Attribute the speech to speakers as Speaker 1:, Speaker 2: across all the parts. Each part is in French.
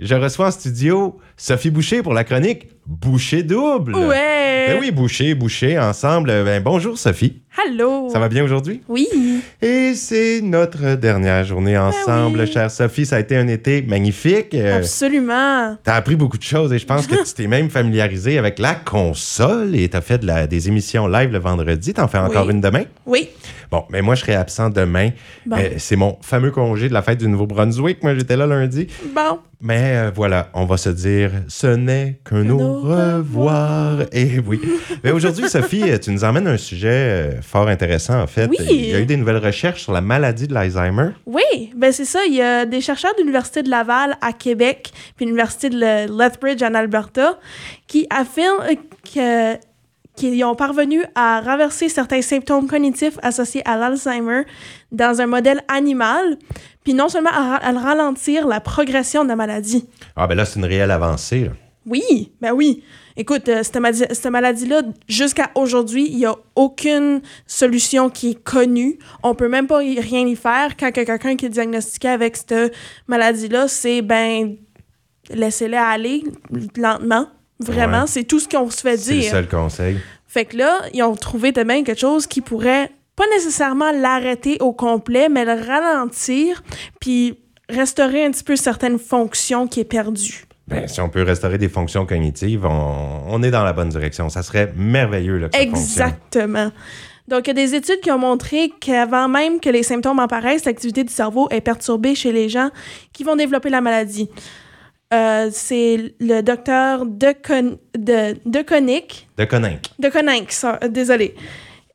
Speaker 1: Je reçois en studio Sophie Boucher pour la chronique Boucher double.
Speaker 2: Ouais.
Speaker 1: Ben oui, Boucher, Boucher, ensemble. Ben bonjour Sophie.
Speaker 2: Allô.
Speaker 1: Ça va bien aujourd'hui?
Speaker 2: Oui.
Speaker 1: Et c'est notre dernière journée ensemble,
Speaker 2: Ben oui.
Speaker 1: chère Sophie. Ça a été un été magnifique. Euh,
Speaker 2: Absolument.
Speaker 1: T'as appris beaucoup de choses et je pense que tu t'es même familiarisé avec la console et t'as fait de la- des émissions live le vendredi. T'en fais encore
Speaker 2: Oui.
Speaker 1: une demain?
Speaker 2: Oui.
Speaker 1: Bon, mais moi, je serai absent demain.
Speaker 2: Bon.
Speaker 1: Euh, c'est mon fameux congé de la fête du Nouveau-Brunswick. Moi, j'étais là lundi.
Speaker 2: Bon.
Speaker 1: Mais euh, voilà, on va se dire ce n'est qu'un au
Speaker 2: au
Speaker 1: revoir. Et oui. Mais aujourd'hui, Sophie, euh, tu nous emmènes un sujet euh, fort intéressant, en fait.
Speaker 2: Oui.
Speaker 1: Il y a eu des nouvelles recherches sur la maladie de l'Alzheimer.
Speaker 2: Oui, ben c'est ça. Il y a des chercheurs de l'Université de Laval à Québec, puis l'Université de Le- Lethbridge en Alberta, qui affirment euh, que- qu'ils ont parvenu à renverser certains symptômes cognitifs associés à l'Alzheimer dans un modèle animal, puis non seulement à, ra- à ralentir la progression de la maladie.
Speaker 1: Ah, ben là, c'est une réelle avancée. là.
Speaker 2: Oui, ben oui. Écoute, euh, cette, madi- cette maladie-là, jusqu'à aujourd'hui, il n'y a aucune solution qui est connue. On peut même pas y- rien y faire. Quand que quelqu'un qui est diagnostiqué avec cette maladie-là, c'est ben laissez-la aller lentement. Vraiment,
Speaker 1: Ouais.
Speaker 2: c'est tout ce qu'on se fait
Speaker 1: C'est le
Speaker 2: dire.
Speaker 1: seul conseil.
Speaker 2: Fait que là, ils ont trouvé de même quelque chose qui pourrait pas nécessairement l'arrêter au complet, mais le ralentir, puis restaurer un petit peu certaines fonctions qui est perdue.
Speaker 1: Ben, si on peut restaurer des fonctions cognitives, on, on est dans la bonne direction. Ça serait merveilleux là, que ça fonctionne.
Speaker 2: Exactement. Donc, il y a des études qui ont montré qu'avant même que les symptômes apparaissent, l'activité du cerveau est perturbée chez les gens qui vont développer la maladie. Euh, c'est le docteur de, Con- de, de Koenig-
Speaker 1: De connaître.
Speaker 2: de Koenig, ça- euh, désolé,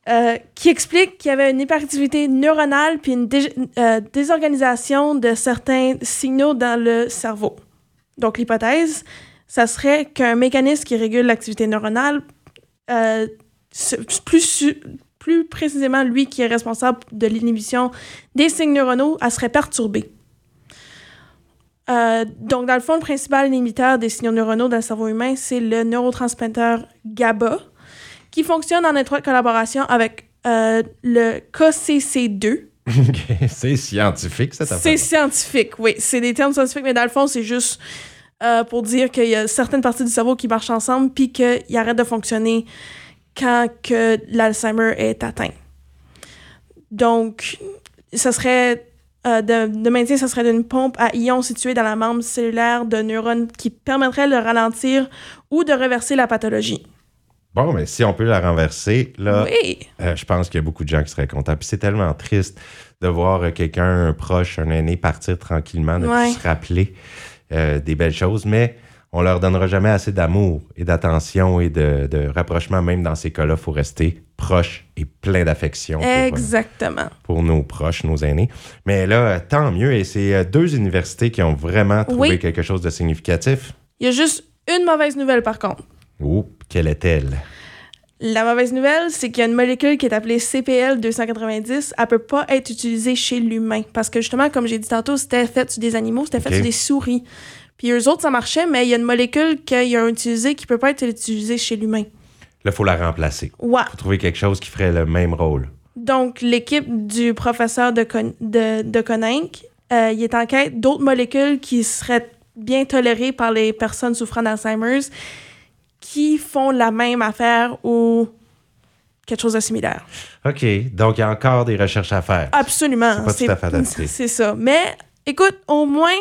Speaker 2: euh, qui explique qu'il y avait une hyperactivité neuronale puis une dég- euh, désorganisation de certains signaux dans le cerveau. Donc, l'hypothèse, ça serait qu'un mécanisme qui régule l'activité neuronale, euh, se- plus, su- plus précisément lui qui est responsable de l'inhibition des signes neuronaux, elle serait perturbée. Euh, donc, dans le fond, le principal inhibiteur des signaux neuronaux dans le cerveau humain, c'est le neurotransmetteur GABA, qui fonctionne en étroite collaboration avec euh, le KCC2.
Speaker 1: c'est scientifique, cette affaire.
Speaker 2: C'est scientifique, oui. C'est des termes scientifiques, mais dans le fond, c'est juste euh, pour dire qu'il y a certaines parties du cerveau qui marchent ensemble puis qu'ils arrêtent de fonctionner quand que l'Alzheimer est atteint. Donc, ça serait... euh, de, de maintien, ça serait d'une pompe à ions située dans la membre cellulaire de neurones qui permettrait de ralentir ou de reverser la pathologie.
Speaker 1: Bon, mais si on peut la renverser, là,
Speaker 2: Oui,
Speaker 1: Euh, je pense qu'il y a beaucoup de gens qui seraient contents. Puis c'est tellement triste de voir euh, quelqu'un, un proche, un aîné partir tranquillement, ne plus
Speaker 2: Ouais.
Speaker 1: se rappeler euh, des belles choses, mais on leur donnera jamais assez d'amour et d'attention et de, de rapprochement. Même dans ces cas-là, il faut rester proche et plein d'affection pour, euh,
Speaker 2: exactement.
Speaker 1: pour nos proches, nos aînés. Mais là, euh, tant mieux. Et c'est euh, deux universités qui ont vraiment trouvé
Speaker 2: Oui.
Speaker 1: quelque chose de significatif.
Speaker 2: Il y a juste une mauvaise nouvelle, par contre.
Speaker 1: Oh, quelle est-elle?
Speaker 2: La mauvaise nouvelle, c'est qu'il y a une molécule qui est appelée CPL-290. Elle peut pas être utilisée chez l'humain. Parce que justement, comme j'ai dit tantôt, c'était fait sur des animaux, c'était
Speaker 1: Ok.
Speaker 2: fait sur des souris. Puis eux autres, ça marchait, mais il y a une molécule qu'ils ont utilisée qui peut pas être utilisée chez l'humain.
Speaker 1: Là, il faut la remplacer.
Speaker 2: Ouais.
Speaker 1: Il faut trouver quelque chose qui ferait le même rôle.
Speaker 2: Donc, l'équipe du professeur de, Con- de, de Koninck, euh, il est en quête d'autres molécules qui seraient bien tolérées par les personnes souffrant d'Alzheimer qui font la même affaire ou quelque chose de similaire.
Speaker 1: OK. Donc, il y a encore des recherches à faire.
Speaker 2: Absolument.
Speaker 1: C'est pas tout à fait adapté.
Speaker 2: C'est ça. Mais écoute, au moins,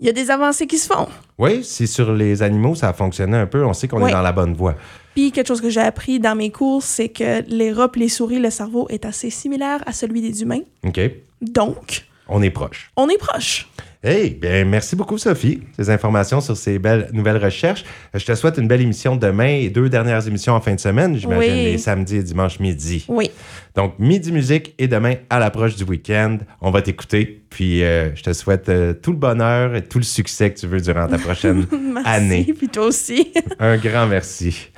Speaker 2: il y a des avancées qui se font.
Speaker 1: Oui, si sur les animaux, ça a fonctionné un peu, on sait qu'on est
Speaker 2: Oui.
Speaker 1: dans la bonne voie.
Speaker 2: Puis quelque chose que j'ai appris dans mes cours, c'est que les rats et les souris, le cerveau est assez similaire à celui des humains.
Speaker 1: OK.
Speaker 2: Donc,
Speaker 1: On est proche.
Speaker 2: on est proche.
Speaker 1: Hey, bien, merci beaucoup, Sophie, ces informations sur ces belles nouvelles recherches. Euh, Je te souhaite une belle émission demain et deux dernières émissions en fin de semaine, j'imagine,
Speaker 2: Oui.
Speaker 1: les samedis et dimanches midi.
Speaker 2: Oui.
Speaker 1: Donc, midi musique et demain, à l'approche du week-end, on va t'écouter. Puis, euh, je te souhaite euh, tout le bonheur et tout le succès que tu veux durant ta prochaine
Speaker 2: Merci.
Speaker 1: année.
Speaker 2: Puis toi aussi.
Speaker 1: Un grand merci.